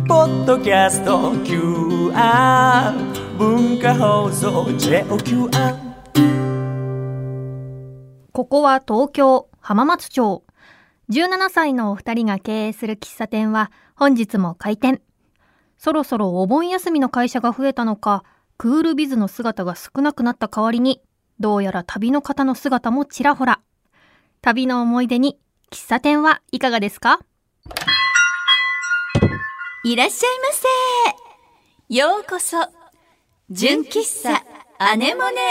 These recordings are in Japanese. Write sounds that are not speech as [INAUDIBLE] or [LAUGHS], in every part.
キャスト QR 文化放送 JOQR ここは東京浜松町17歳のお二人が経営する喫茶店は本日も開店そろそろお盆休みの会社が増えたのかクールビズの姿が少なくなった代わりにどうやら旅の方の姿もちらほら旅の思い出に喫茶店はいかがですかいらっしゃいませ。ようこそ、純喫茶アネモネ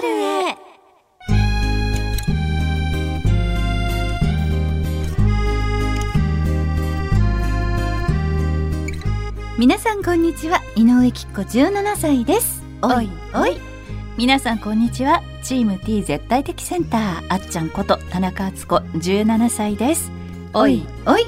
R へ。皆さんこんにちは、井上きっ子17歳です。おいおい。皆さんこんにちは、チーム T 絶対的センター、あっちゃんこと田中敦子17歳です。おいおい。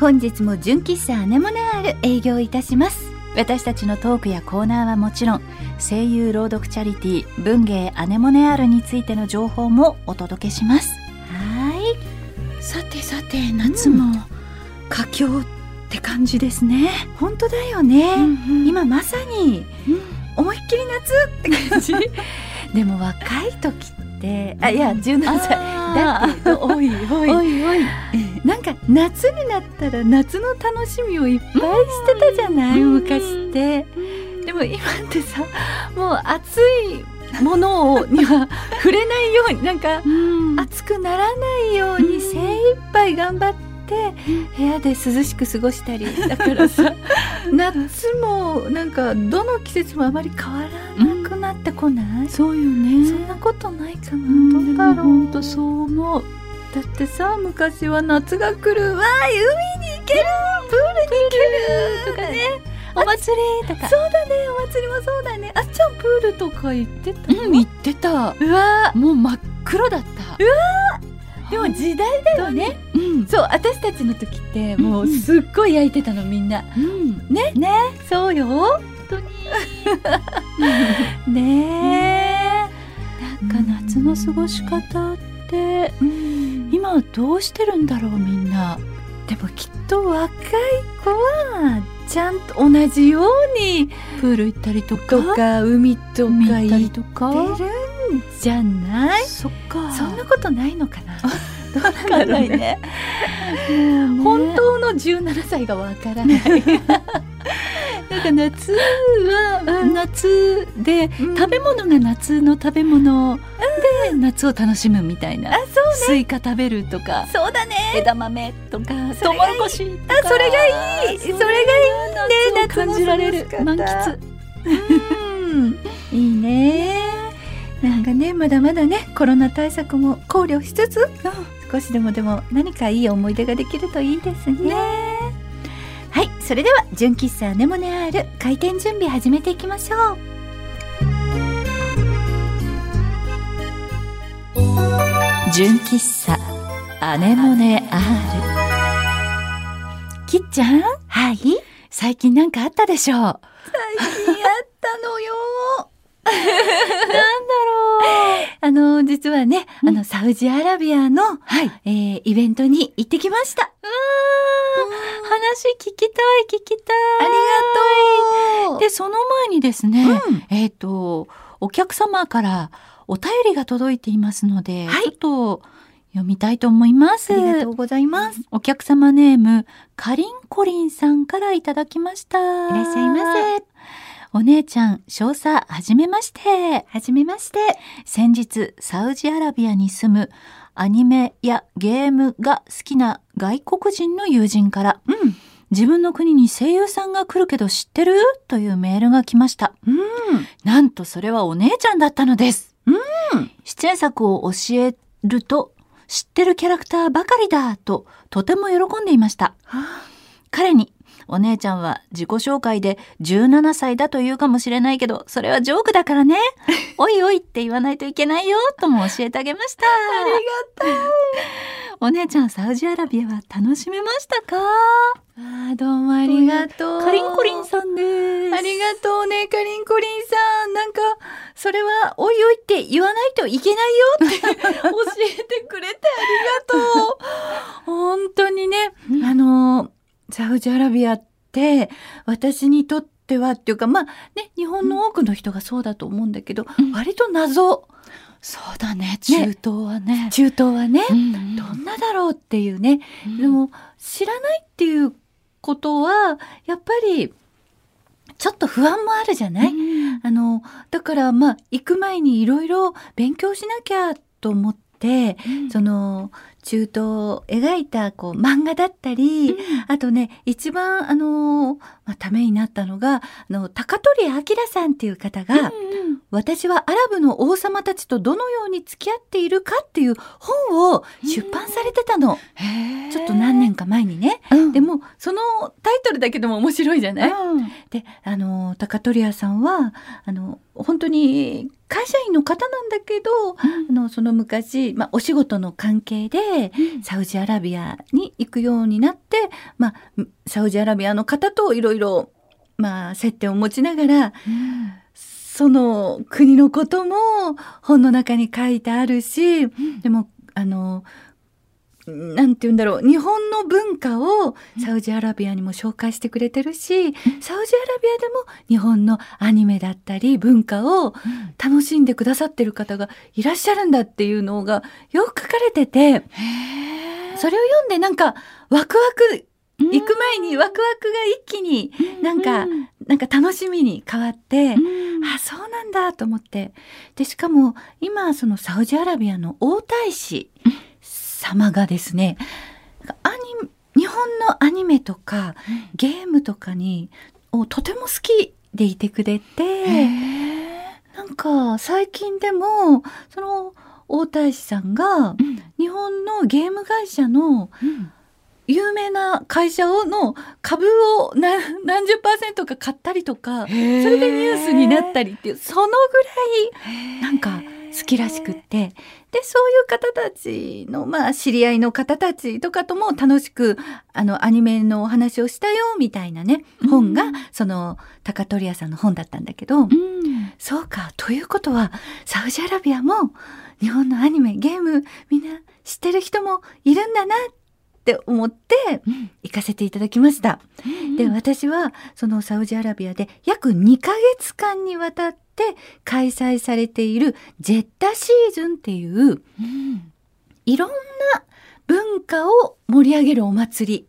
本日も純喫茶アネモネアール営業いたします私たちのトークやコーナーはもちろん声優朗読チャリティー文芸アネモネアールについての情報もお届けしますはいさてさて夏も佳境って感じですね、本当だよね、今まさに思いっきり [LAUGHS] 夏って感じでも若い時ってあいや17歳だけど多い多いおいおいなんか夏になったら夏の楽しみをいっぱいしてたじゃない、うん昔って、でも今ってさもう暑いものをには触れないよう [LAUGHS] になんかうん暑くならないよううにん精一杯頑張って部屋で涼しく過ごしたりだからさ夏もなんかどの季節もあまり変わらなくなってこない、 [LAUGHS] そうそよねんなことないかな、うんどでうだろもう本当そう思うだってさ昔は夏が来るわー海に行けるプールに行けるとかねお祭りとかそうだねお祭りもそうだねあっちゃんプールとか行ってたうん行ってたうわもう真っ黒だったーでも時代だよねうんそう私たちの時ってもんううんすっごい焼いてたのみんなうんねねそうよ本当 [LAUGHS] にねえなんか夏の過ごし方って今どうしてるんだろうみんなでもきっと若い子はちゃんと同じようにプール行ったりとかとか海と海か行った行りっとかてるんじゃないそっかそんなことないのか [LAUGHS] などうなんわかだんなろういねね本当の17歳がわからない [LAUGHS] なんか夏はうん夏で、うん食べ物が夏の食べ物で夏を楽しむみたいな、スイカ食べるとかそうだね枝豆とかそトウれモがいいロコシとかあそれがいいそれがいいね夏を感じられる満喫 [LAUGHS] いいねなんかねまだまだねコロナ対策も考慮しつつ少しでもでも何かいい思い出ができるといいですねはいそれでは純喫茶アネモネアール開店準備始めていきましょう純喫茶アネモネアールきっちゃんはい最近最近なんかあったでしょうあったのよなんだろうあの実はね、あのサウジアラビアの、はいえーイベントに行ってきました話聞きたい聞きたありがとうでその前にですね、うんえっ、と、お客様からお便りが届いていますので、はいちょっと読みたいと思います。ありがとうございます。お客様ネーム、かりんこりんさんからいただきました。いらっしゃいませ。お姉ちゃん、少佐、はじめまして。はじめまして。先日サウジアラビアに住むアニメやゲームが好きな外国人の友人から、うん自分の国に声優さんが来るけど知ってるというメールが来ました、うんなんとそれはお姉ちゃんだったのです、出演作を教えると知ってるキャラクターばかりだととても喜んでいました彼にお姉ちゃんは自己紹介で17歳だと言うかもしれないけど、それはジョークだからね。おいおいって言わないといけないよ、とも教えてあげました。ありがとう。お姉ちゃん、サウジアラビアは楽しめましたかあーどうもありがとう。カリンコリンさんです。ありがとうね、かりんこりんさん。なんか、それは、おいおいって言わないといけないよって教えてくれて [LAUGHS] ありがとう。本当にね、あの、サウジアラビアっして私にとってはっていうかまあね日本の多くの人がそうだと思うんだけど、うん割と謎そうだね中東はね中東はね、うんどんなだろうっていうね、うんでも知らないっていうことはやっぱりちょっと不安もあるじゃない、うんあのだからまあ行く前にいろいろ勉強しなきゃと思ってその中東を描いたこう漫画だったり、あとね一番あの、まあ、ためになったのがあの高取明さんっていう方が、私はアラブの王様たちとどのように付き合っているかっていう本を出版されてたの、へーちょっと何年か前にね。うんでもそのタイトルだけでも面白いじゃない、うんであの高取屋さんはあの本当に会社員の方なんだけど、あのその昔、まあ、お仕事の関係でサウジアラビアに行くようになって、まあ、サウジアラビアの方といろいろ接点を持ちながらその国のことも本の中に書いてあるし、でもあのなんて言うんだろう日本の文化をサウジアラビアにも紹介してくれてるし、サウジアラビアでも日本のアニメだったり文化を楽しんでくださってる方がいらっしゃるんだっていうのがよく書かれててそれを読んでなんかワクワク行く前にワクワクが一気になんか、うんなんか楽しみに変わって、うんあそうなんだと思ってでしかも今そのサウジアラビアの王太子様がですねなんかアニ日本のアニメとかゲームとかにをとても好きでいてくれてなんか最近でもその王太子さんがうん日本のゲーム会社の有名な会社をの株を何 [LAUGHS] 何十パーセントか買ったりとかそれでニュースになったりっていうそのぐらいなんか好きらしくってでそういう方たちの、まあ、知り合いの方たちとかとも楽しくあのアニメのお話をしたよみたいなね本が、その高取屋さんの本だったんだけど、うんそうかということはサウジアラビアも日本のアニメゲームみんな知ってる人もいるんだなって思ってうん行かせていただきました。で私はそのサウジアラビアで約2ヶ月間にわたって開催されているジェッタシーズンっていううんいろんな文化を盛り上げるお祭り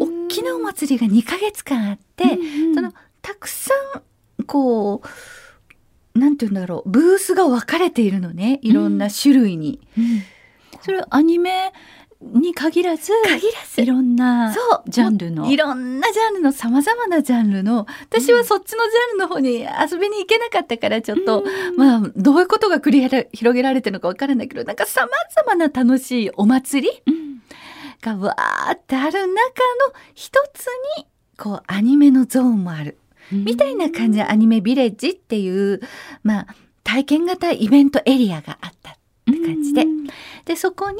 大きなお祭りが2ヶ月間あって、うんそのたくさんこうなんて言うんだろうブースが分かれているのねいろんな種類に。うんそれアニメに限らず限らずいろんなそうジャンルのいろんなジャンルのさまざまなジャンルの私はそっちのジャンルの方に遊びに行けなかったからちょっと、まあどういうことが繰り広げ広げられてるのか分からないけどなんかさまざまな楽しいお祭りうんがわーってある中の一つにこうアニメのゾーンもある。みたいな感じでアニメビレッジっていう、まあ、体験型イベントエリアがあったって感じで。うんで、そこに、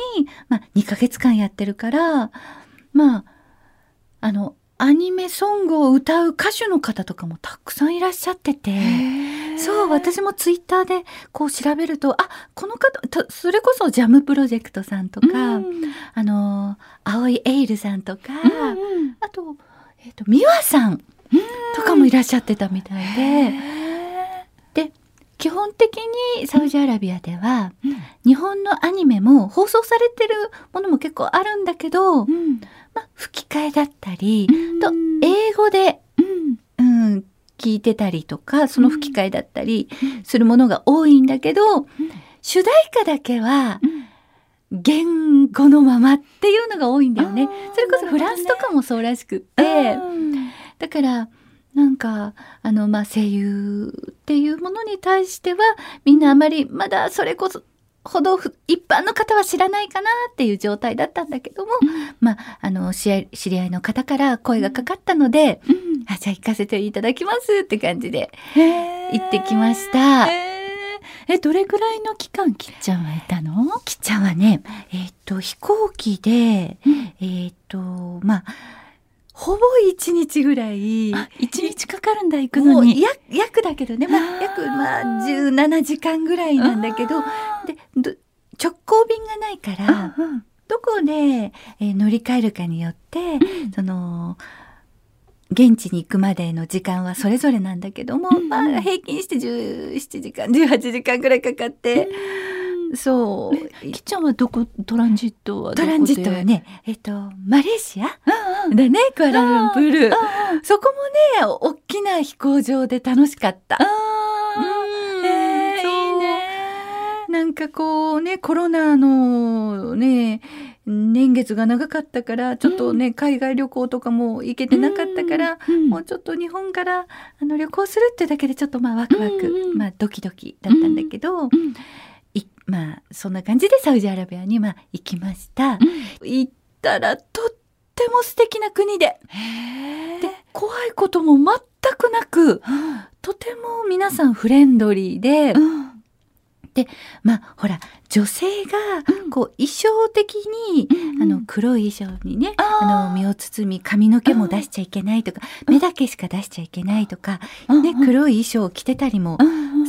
まあ、2ヶ月間やってるから、まあ、あの、アニメソングを歌う歌手の方とかもたくさんいらっしゃってて、そう、私もツイッターでこう調べると、あ、この方、とそれこそジャムプロジェクトさんとか、うんあの、青いエイルさんとか、うんあと、えっ、と、美和さんとかもいらっしゃってたみたいで、基本的にサウジアラビアでは、うん日本のアニメも放送されてるものも結構あるんだけど、うんまあ、吹き替えだったり、とうん英語で、うんうん、聞いてたりとか、その吹き替えだったりするものが多いんだけど、主題歌だけはうん言語のままっていうのが多いんだよねあー。それこそフランスとかもそうらしくって、うんだからなんかあの、まあ、声優っていうものに対してはみんなあまりまだそれこそほどふ一般の方は知らないかなっていう状態だったんだけども、まあ、あの知り合い知り合いの方から声がかかったので、うんあじゃあ行かせていただきますって感じで行行ってきました。えどれぐらいの期間きっちゃんはいたのきっちゃんはね、えっと飛行機で、うんえっとまあほぼ一日ぐらい一日かかるんだ行くものうに約約だけどね、まああ、ー約まあ17時間ぐらいなんだけどでど直行便がないからどこで、えー乗り換えるかによって、その現地に行くまでの時間はそれぞれなんだけども、まあ平均して17時間18時間ぐらいかかって、そうきっちゃんはどこトランジットはどトこでランジットはね、えっと、マレーシアだね、クアラルンプール。そこもね、大きな飛行場で楽しかった。うんねそうなんかこうね、コロナのね、年月が長かったから、ちょっとね、海外旅行とかも行けてなかったから、うんもうちょっと日本からあの旅行するってだけでちょっとまあワクワク、うんうんまあドキドキだったんだけど、んいまあそんな感じでサウジアラビアにまあ行きました。行ったらとっても素敵な国でで怖いことも全くなくとても皆さんフレンドリーで、まあほら女性がこう衣装的に、あの黒い衣装にねあの身を包み髪の毛も出しちゃいけないとか、目だけしか出しちゃいけないとか、ね、黒い衣装を着てたりも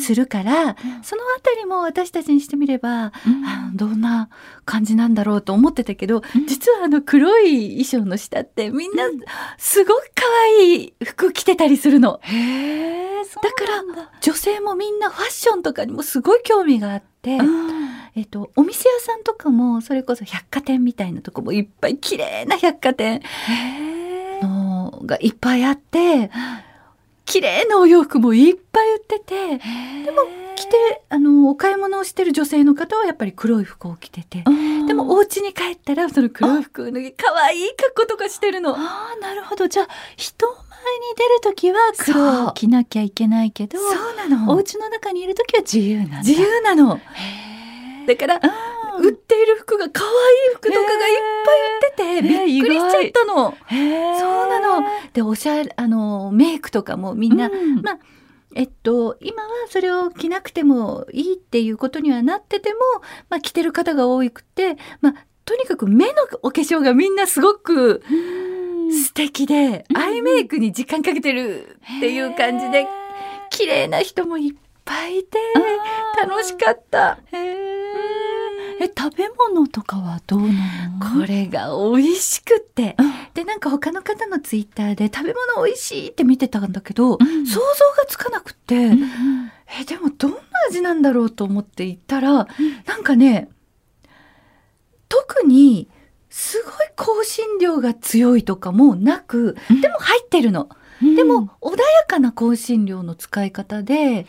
するから、そのあたりも私たちにしてみれば、あどんな感じなんだろうと思ってたけど、実はあの黒い衣装の下ってみんなすごく可愛い服着てたりするの。だから女性もみんなファッションとかにもすごい興味があって、えっと、お店屋さんとかもそれこそ百貨店みたいなとこもいっぱい綺麗な百貨店のがいっぱいあって綺麗なお洋服もいっぱい売っててでも着てあのお買い物をしてる女性の方はやっぱり黒い服を着てて。でもお家に帰ったらその黒い服を脱ぎ可愛い格好とかしてるの。ああなるほどじゃあ人前に出るときは黒そうを着なきゃいけないけどうなのお家の中にいるときは自由なんだ自由なの。だからあ売っている服が可愛い服とかがいっぱい売ってて、へーびっくりしちゃったの。ーそうなの。でおしゃれあのメイクとかもみんな、うんまあえっと今はそれを着なくてもいいっていうことにはなってても、まあ、着てる方が多くて、まあ、とにかく目のお化粧がみんなすごく素敵で、アイメイクに時間かけてるっていう感じで綺麗な人もいっぱいいて楽しかった。うんえ食べ物とかはどうなのこれが美味しくって、うんでなんか他の方のツイッターで食べ物美味しいって見てたんだけど、うん想像がつかなくって、えでもどんな味なんだろうと思って行ったら、なんかね特にすごい香辛料が強いとかもなく、うんでも入ってるの、うんでも穏やかな香辛料の使い方で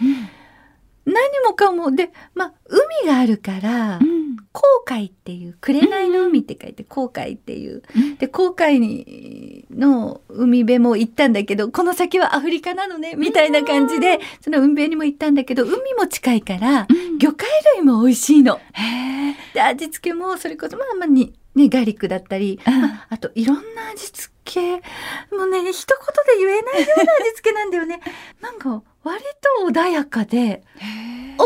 何もかもでまあ海があるから、うん航海っていう紅の海って書いて航海っていう、うんで航海にの海辺も行ったんだけどこの先はアフリカなのねみたいな感じで、その海辺にも行ったんだけど海も近いから、魚介類も美味しいの。で味付けもそれこそまあまあにねガーリックだったり、うんまあ、あといろんな味付けもうね一言で言えないような味付けなんだよ [LAUGHS] ね。なんか割と穏やかで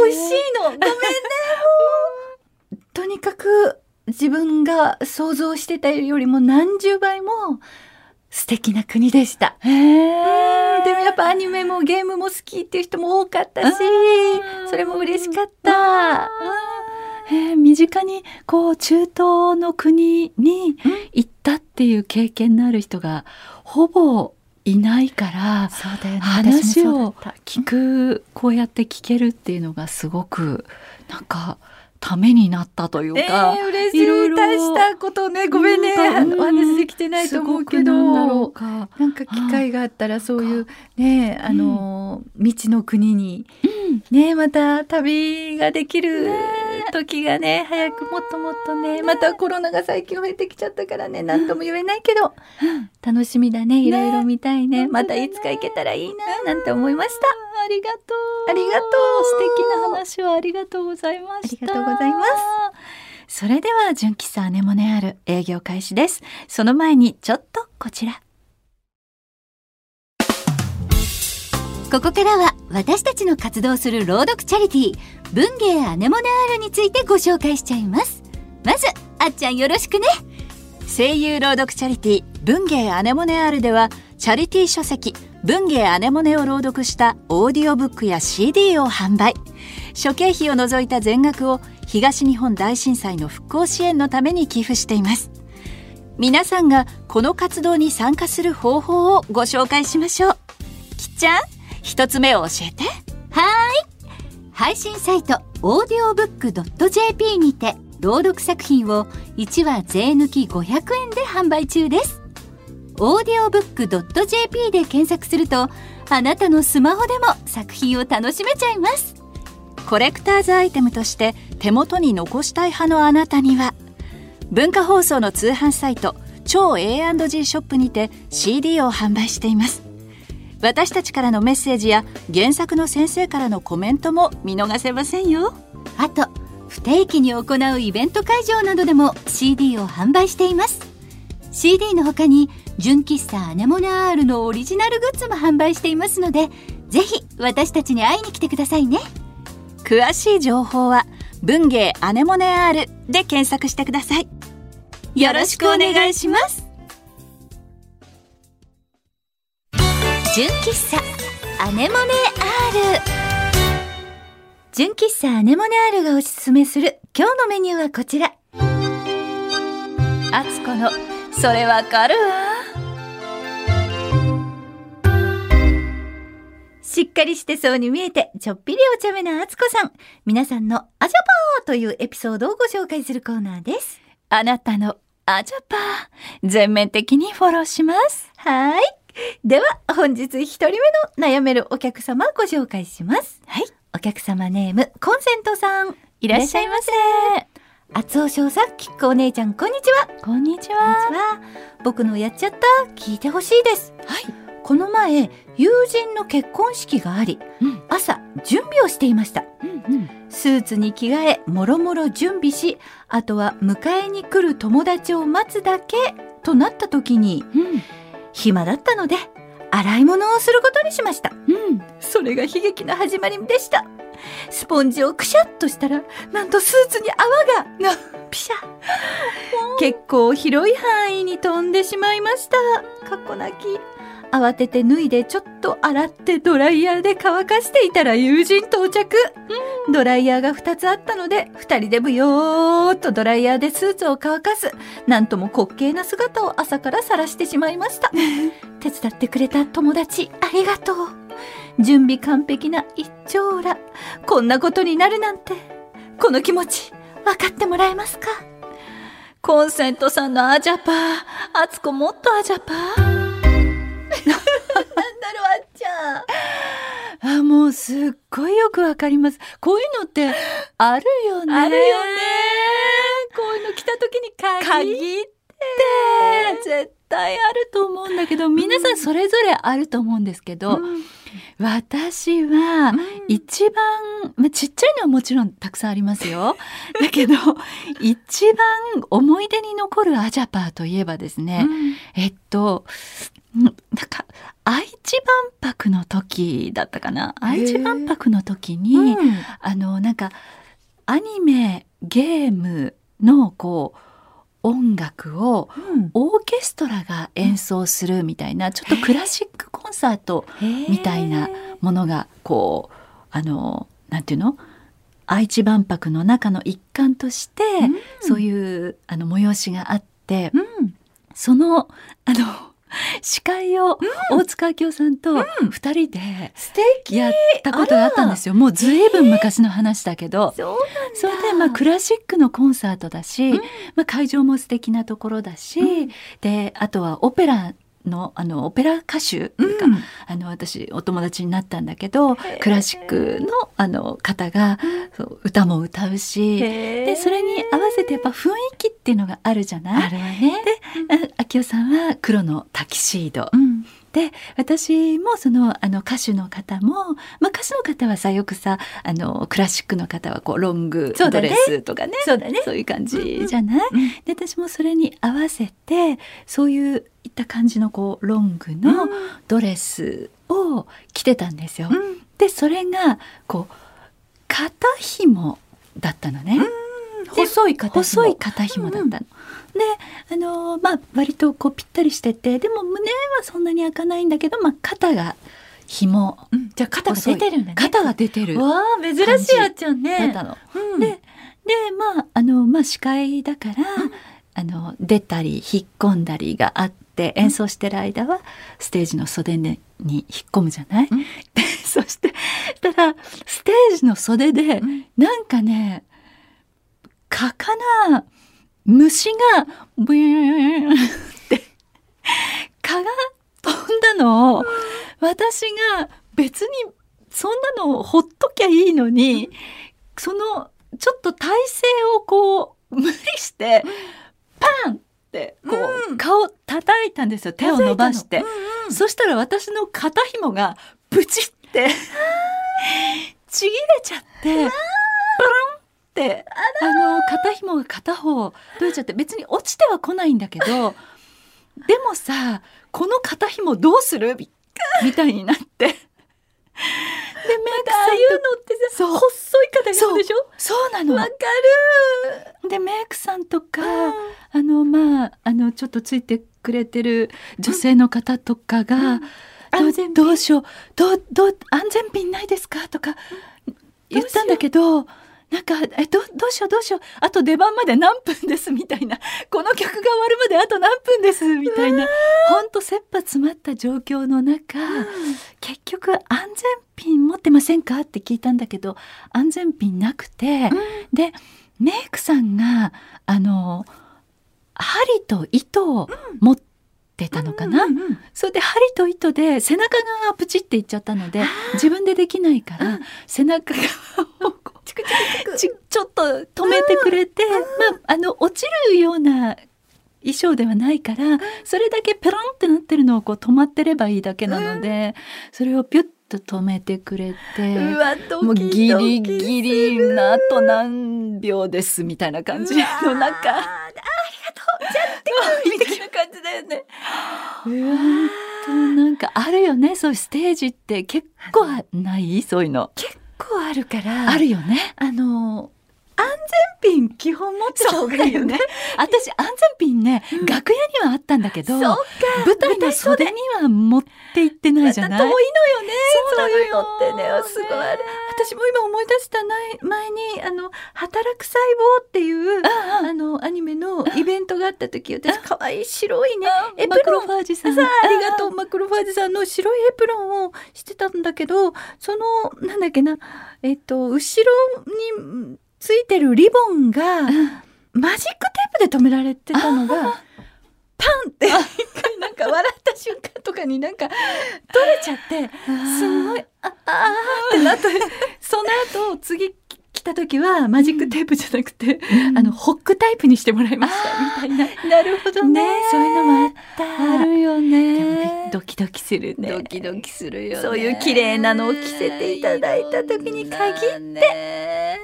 美味しいのごめんねもうとにかく自分が想像してたよりも何十倍も素敵な国でした。うんでもやっぱアニメもゲームも好きっていう人も多かったしうんそれも嬉しかった。えー身近にこう中東の国に行ったっていう経験のある人がほぼいないからそうだよ話話をを聞くこうやって聞けるっていうのがすごくなんかためになったというか、えー、嬉しいろいいろ大したことねごめんね、うんあのお話できてないと思うけどすごくなんだなろんうかか、機会があったらそういうねあのー、未知の国に、ねまた旅ができる時がね早くもっともっとねまたコロナが最近増えてきちゃったからね何とも言えないけど楽しみだねいろいろ見たいねまたいつか行けたらいいななんて思いましたありがとうありがとう素敵な話をありがとうございましたありがとうございますそれでは純喫茶アネモネアール営業開始ですその前にちょっとこちらここからは私たちの活動する朗読チャリティー文芸アネモネアールについてご紹介しちゃいますまずあっちゃんよろしくね声優朗読チャリティー文芸アネモネアールではチャリティー書籍文芸アネモネを朗読したオーディオブックや CD を販売諸経費を除いた全額を東日本大震災の復興支援のために寄付しています皆さんがこの活動に参加する方法をご紹介しましょうきっちゃん一つ目を教えて配信サイトオーディオブックドット JP にて朗読作品を1話税抜き500円で販売中ですオーディオブックドット JP で検索するとあなたのスマホでも作品を楽しめちゃいますコレクターズアイテムとして手元に残したい派のあなたには文化放送の通販サイト超 A&G ショップにて CD を販売しています私たちからのメッセージや原作の先生からのコメントも見逃せませんよあと不定期に行うイベント会場などでも CD を販売しています CD の他に純喫茶アネモナールのオリジナルグッズも販売していますのでぜひ私たちに会いに来てくださいね詳しい情報は「文芸アネモネ R」で検索してくださいよろしくお願いします純喫茶アネモネ R 純喫茶アネモネ R がおすすめする今日のメニューはこちらあつこの「それわかるわ」しっかりしてそうに見えてちょっぴりお茶目なあつこさん皆さんの「アジャパー」というエピソードをご紹介するコーナーですあなたのアジャパー全面的にフォローしますはーいでは本日一人目の悩めるお客様をご紹介しますはいお客様ネームコンセントさんいらっしゃいませあつおしょうさんきっこお姉ちゃんこんにちはこんにちこんにはちは。僕のやっちゃった聞いてほしいです。はい。この前、友人の結婚式があり、うん朝、準備をしていました。スーツに着替え、もろもろ準備し、あとは迎えに来る友達を待つだけ、となった時に、暇だったので、洗い物をすることにしました。それが悲劇の始まりでした。スポンジをくしゃっとしたら、なんとスーツに泡が、な、ピシャ。結構広い範囲に飛んでしまいました。かっこなき。慌てて脱いでちょっと洗ってドライヤーで乾かしていたら友人到着。ドライヤーが2つあったので、2人でぶよーっとドライヤーでスーツを乾かす。なんとも滑稽な姿を朝から晒してしまいました。手伝ってくれた友達、ありがとう。準備完璧な一丁羅。こんなことになるなんて。この気持ち、わかってもらえますかコンセントさんのアジャパーあつこもっとアジャパーなるわっちゃん。あ、もうすっごいよくわかります。こういうのってあるよね。あるよねこういうの来た時に鍵鍵って絶対あると思うんだけど、皆さんそれぞれあると思うんですけど、私は一番、まあ、ちっちゃいのはもちろんたくさんありますよだけど一番思い出に残るアジャパーといえばですね、えっと、んなんか、愛知万博の時だったかな。愛知万博の時に、あの、なんか、アニメ、ゲームの、こう、音楽をオーケストラが演奏するみたいな、ちょっとクラシックコンサートみたいなものが、こう、あの、なんていうの愛知万博の中の一環として、そういう、あの、催しがあって、うん。その、あの、司会を大塚明夫さんと二人で素敵やったことがあったんですよ。もうずいぶん昔の話だけど。そうそれでまあクラシックのコンサートだし、うんまあ会場も素敵なところだし、で、あとはオペラの、あの、オペラ歌手っていうか、うんあの、私、お友達になったんだけど、クラシックの、あの、方が、そう歌も歌うし、で、でそれに合わせてやっぱ雰囲気っていうのがあるじゃないあるわね。あきおさんは黒のタキシード。うん。で、私もその、あの、歌手の方も、まあ、歌手の方はさ、よくさ、あの、クラシックの方は、こう、ロングそうドだねレスとかね。そうだね。そういう感じじゃない、うんうんで、私もそれに合わせて、そういう、いった感じの、こう、ロングのドレスを着てたんですよ。うんで、それが、こう、肩紐だったのね。細い形の。細い肩紐だったの。で、あのーまあ、割とこうぴったりしてて、でも胸はそんなに開かないんだけど、まあ、肩が紐。うん。じゃあ肩が出てるんだね。肩が出てる。わあ、珍しいあっちゃんだっね。たの。うんで、で、まあ、あの、まあ、司会だから、あの出たり引っ込んだりがあって演奏してる間はステージの袖に引っ込むじゃない、うんで [LAUGHS] そしてしたらステージの袖で、んなんかね蚊かな虫がブユーンって蚊が飛んだのを私が別にそんなのほっときゃいいのにそのちょっと体勢をこう無理してパンってこう顔叩いたんですよ手を伸ばして。そしたら私の肩紐がブチってちぎれちゃってバロンってあの肩紐が片方取れちゃって別に落ちては来ないんだけど [LAUGHS] でもさこの肩紐どうするみみたいになって。 [LAUGHS] でメイクさんというのってさ細い肩紐でしょそうなのわかるでメイクさんとか、あのまああのちょっとついてくれてる女性の方とかが、どうどうしようどうどう安全ピンないですかとか言ったんだけどなんかえどうどうしようどうしようあと出番まで何分ですみたいなこの曲が終わるまであと何分ですみたいなほんと切羽詰まった状況の中、結局安全ピン持ってませんかって聞いたんだけど安全ピンなくて、でメイクさんがあの針と糸を持ってたのかな、それで針と糸で背中側がプチっていっちゃったので自分でできないから、背中側をこうちちょっと止めてくれて、まあ、あの落ちるような衣装ではないからそれだけペロンってなってるのをこう止まってればいいだけなので、それをピュッと止めてくれて。うわドもうキギドリキギリなあと何秒ですみたいな感じの中あ [LAUGHS] ありがとうじゃあ行ってくるみたいな感じだよね本当なんかあるよねそういうステージって結構ないそういうの結構あるからあるよねあの安全ピン基本持ってた方がいいよね私安全ピンね、楽屋にはあったんだけどそうか舞台の袖には持って行ってないじゃなまい、た遠いのよねそううそなのよいうのってねすごいある私も今思い出したない前にあの「働く細胞」っていうあのアニメのイベントがあった時私可愛い白いねエプマクロロンファージさんさあありがとうマクロファージさんの白いエプロンをしてたんだけどそのなんだっけなえっと後ろについてるリボンがマジックテープで止められてたのがパンって一回なんか笑った瞬間とかになんか取れちゃってすごいあああーってなってその後次来た時はマジックテープじゃなくて、あのホックタイプにしてもらいましたみたいな。なるほどねそういうのもあった。あるよでもねねドキドキするね。ドキドキするよねそういう綺麗なのを着せていただいた時に限っていろんなね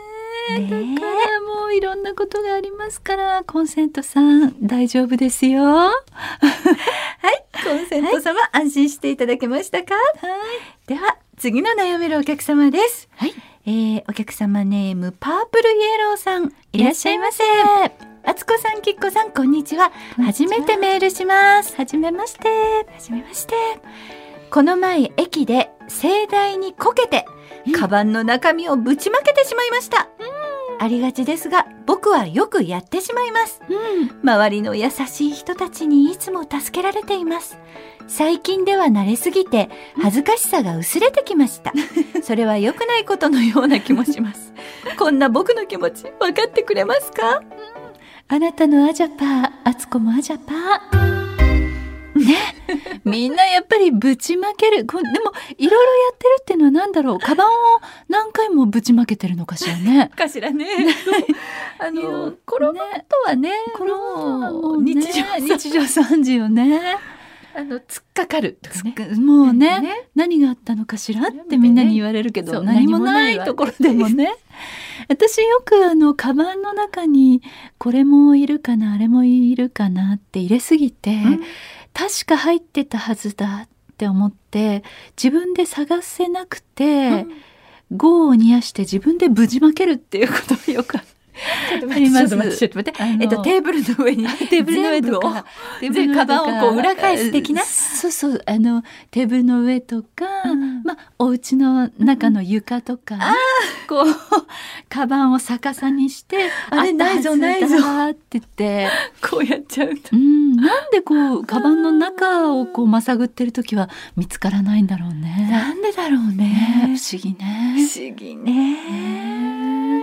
だからもういろんなことがありますからコンセントさん大丈夫ですよはコンセント様、安心していただけましたかでは、次の悩めるお客様です。はいえーお客様ネーム、パープルイエローさん、いらっしゃいませ。あつこさん、きっこさん、こんにちは。初めてメールします。はじめまして。はじめまして。この前、駅で盛大にこけて、カバンの中身をぶちまけてしまいました。ありがちですが、僕はよくやってしまいます。周りの優しい人たちにいつも助けられています。最近では慣れすぎて恥ずかしさが薄れてきま [LAUGHS] した。それは良くないことのような気もし [LAUGHS] ます。こんな僕の気持ち分かってくれますかあなたのアジャパーあつこもアジャパーね、みんなやっぱりぶちまけるこんでもいろいろやってるっていうのは何だろうカバンを何回もぶちまけてるのかしら [LAUGHS] ねかしらね。あいやの、転ぶことはね、これはももううね日常、日常3時よねあの、突っかかるとかね。もうねなんかね何があったのかしらってみんなに言われるけそど、う何も何もなないいわところでもね [LAUGHS] 私よくあのカバンの中にこれもいるかなあれもいるかなって入れすぎて、ん確か入ってたはずだって思って自分で探せなくて、業を煮やして自分でぶじまけるっていうことがよくあるちょっとありますちょっと待って。あのえっと、テーブルの上に、テーブルの上とか全部をテーブルカバの上とかンをこう裏返す的なそうそうあのテーブルの上とか、全部を。まあ、お家の中の床とか、こう [LAUGHS] カバンを逆さにして「あれないぞあったはずだって言ってこうやっちゃうとうんなんでこうカバンの中をこうまさぐってる時は見つからないんだろうね。んでだろうね不思議ね。不思議ね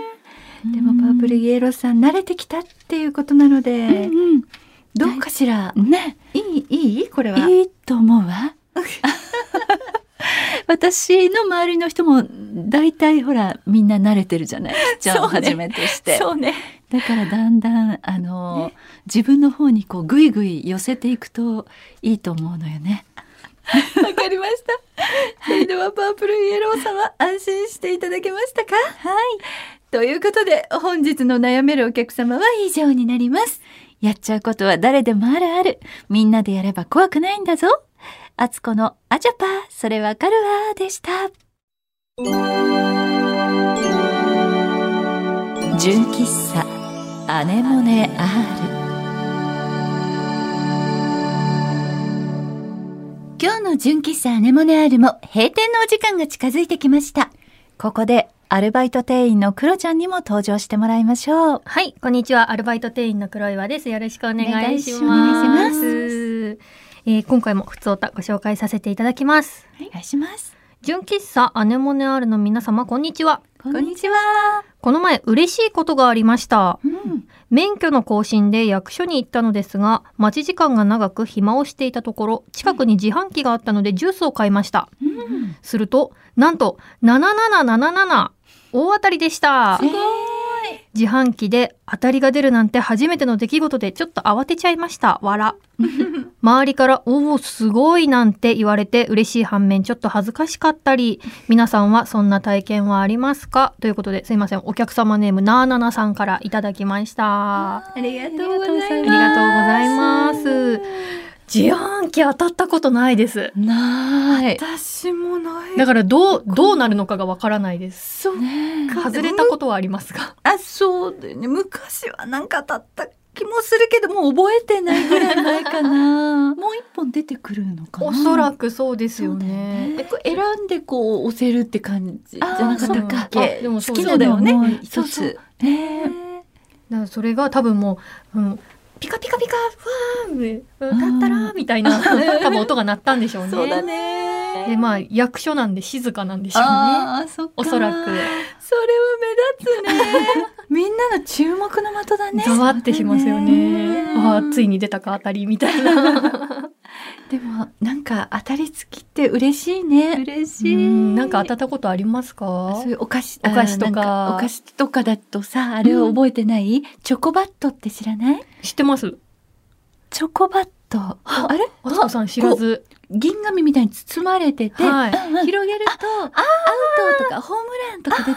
でうもんパープルイエローさん慣れてきたっていうことなので、うんどうかしらうん、ねいいいいこれはいいと思う [LAUGHS] わ。私の周りの人も大体ほらみんな慣れてるじゃないじゃんをそうねはじめとして、そうねだからだんだんあの、自分の方にこうぐいぐい寄せていくといいと思うのよね。わかりました。それではパープルイエロー様安心していただけましたかはい。ということで本日の悩めるお客様は以上になります。やっちゃうことは誰でもあるある。みんなでやれば怖くないんだぞ。あつこのあちゃぱ、それわかるわでした。純喫茶、アネモネ R。今日の純喫茶アネモネアールも閉店のお時間が近づいてきました。ここでアルバイト店員のクロちゃんにも登場してもらいましょう。はい、こんにちは。アルバイト店員の黒岩です。よろしくお願いします。お願いしますえー今回もふつおたご紹介させていただきます。お願いします。純喫茶アネモネアールの皆様、こんにちは。こんにちは。この前、嬉しいことがありました。うん。免許の更新で役所に行ったのですが、待ち時間が長く暇をしていたところ、近くに自販機があったのでジュースを買いました。うん。すると、なんと、7777大当たりでした。すごい。自販機で当たりが出るなんて初めての出来事でちょっと慌てちゃいました。わら。周りから、おお、すごいなんて言われて嬉しい反面ちょっと恥ずかしかったり、皆さんはそんな体験はありますかということで、すいません。お客様ネームなあななさんからいただきました。ありがとうごあざいりまがす。とうございます。自販機当たったことないです。ない。私もない。だからどう、どうなるのかがわからないです。そうねか外れたことはありますが。あ、そうだよね。昔はなんか当たった気もするけど、もう覚えてないぐらい前か [LAUGHS] な。もう一本出てくるのかなおそらくそうですよそうだよね。えこう選んでこう押せるって感じじあーゃなかったそうっかけあでもそ好うきそなうだよねもう一つそうそうねだからそれが多分もう、うん、ピカピカピカふわーん歌ったらーみたい [LAUGHS] な多分音が鳴ったんでしょうね。そうだねでまあ役所なんで静かなんでしょうね。あーそっかおそらくそれは目立つね [LAUGHS] みんなの注目の的だねざわってしますよね。そうだねああついに出たか当たりみたいな。でもなんか当たり付きって嬉しいね嬉うんなんか当たったことありますかそう？いうお菓子お菓子とかあーなんお菓子とかだとさあれを覚えてない、チョコバットって知らない知ってます？チョコバットあれあつこさん知らず。銀紙みたいに包まれてて、はいうんうん広げるとアウトとかホームランとかで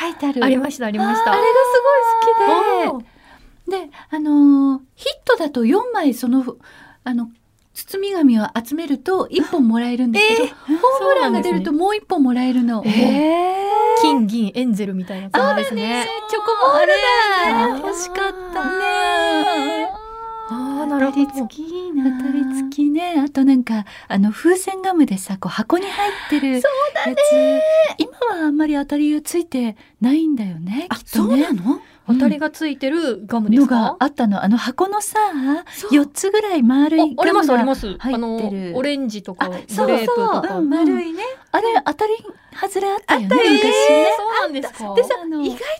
書いてあるありましたありました。あれがすおごい好ーきでであのーヒットだと4枚そのあの包み紙を集めると1本もらえるんですけど、ホームランが出るともう1本もらえるの。えーへー金銀エンゼルみたいな感じですね。チョコもあれだあー欲しかったねああなる当たりほ付ど。きいいな当たり付きねあとなんかあの風船ガムでさこう箱に入ってるやつ今はあんまり当たりがついてないんだよねあきっそとうねなの当たりがついてるガムですのか？があったのあの箱のさそう4つぐらい丸いあありガまムすありがます。入あのってるオレンジとかあグレープそうとそうか。うん丸いねあれ当たり外れあったよねあったよね昔ねそうなんですか。でさあの意外と出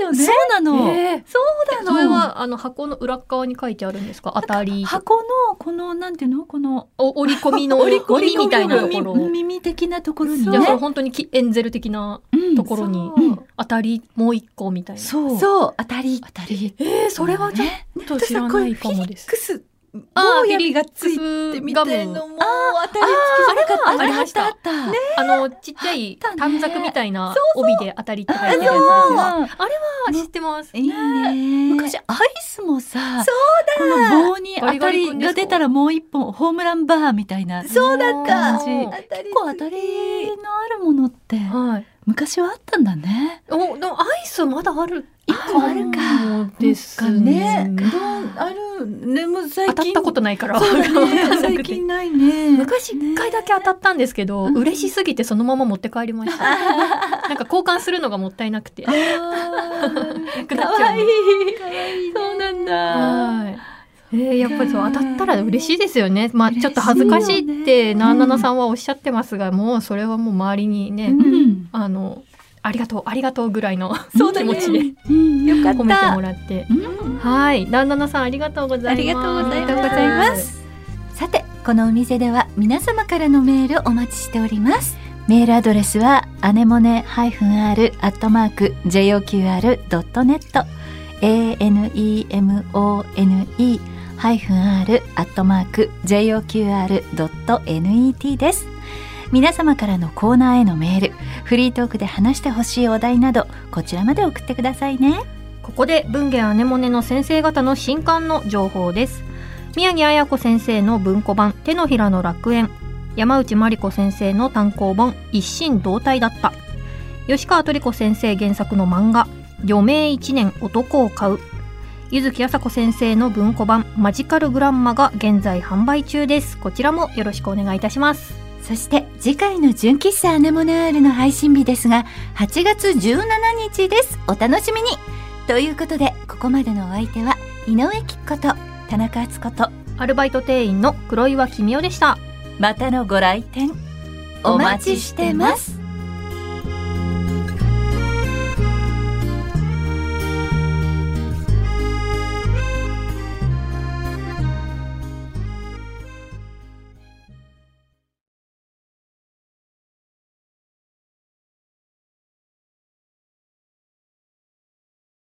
たよねそうなの、えーそうそれはあの箱の裏側に書いてあるんですか？当たり箱のこのなんていうのこのお折り込みの折り込みみたいなところ。耳耳的なところにいねやそれ本当にきエンゼル的なうんところにうん当たりもう一個みたいな。そうそう当たり当たりえーそれはちょっねと知らないかもでフィリッす。クスあ棒ーやりがついてみたいフィリックスガのムもう当たり付きじゃなかったあれねあったあったあったあのちっちゃいあったね短冊みたいな帯で当たりって書いてあるやつですそうが。あうんー知ってます。いいね昔アイスもさそこの棒にガ当リたガリり君ですがか出たらもう一本ホームランバーみたいな結そうだったあ当たり構当たりのあるものってはい。昔はあったんだねお、でもアイスまだある一個あるかですね。うんどうあるでも最当近たったことないから。そう [LAUGHS] だね最最近近ないね。昔一回だけ当たったんですけど、嬉しすぎてそのまま持って帰りました。なんか交換するのがもったいなくて。可愛い。そうなんはい。えー、やっぱりそう当たったら嬉しいですよね。まあちょっと恥ずかしいっ嬉しいてなあななさんはおっしゃってますが、もうそれはもう周りにね、うんあのありがとうありがとうぐらいのそうだ気ね持ちでうんよか褒めてもらって、はい、なあななさんありがとうございます。ありがとうございありますがとうございます。さてこのお店では皆様からのメールお待ちしておりますメールアドレスはアネモネ -r アットマーク JOQR.net anemone -r アットマーク JOQR.net です皆様からのコーナーへのメールフリートークで話してほしいお題などこちらまで送ってくださいねここで文芸アネモネの先生方の新刊の情報です宮城彩子先生の文庫版手のひらの楽園山内真理子先生の単行本一心同体だった吉川トリコ先生原作の漫画余命一年男を買う柚木麻子先生の文庫版マジカルグランマが現在販売中ですこちらもよろしくお願いいたしますそして次回の純喫茶アネモネアールの配信日ですが8月17日ですお楽しみにということでここまでのお相手は井上貴子と田中敦子とアルバイト店員の黒岩君代でしたまたのご来店お待ちしてます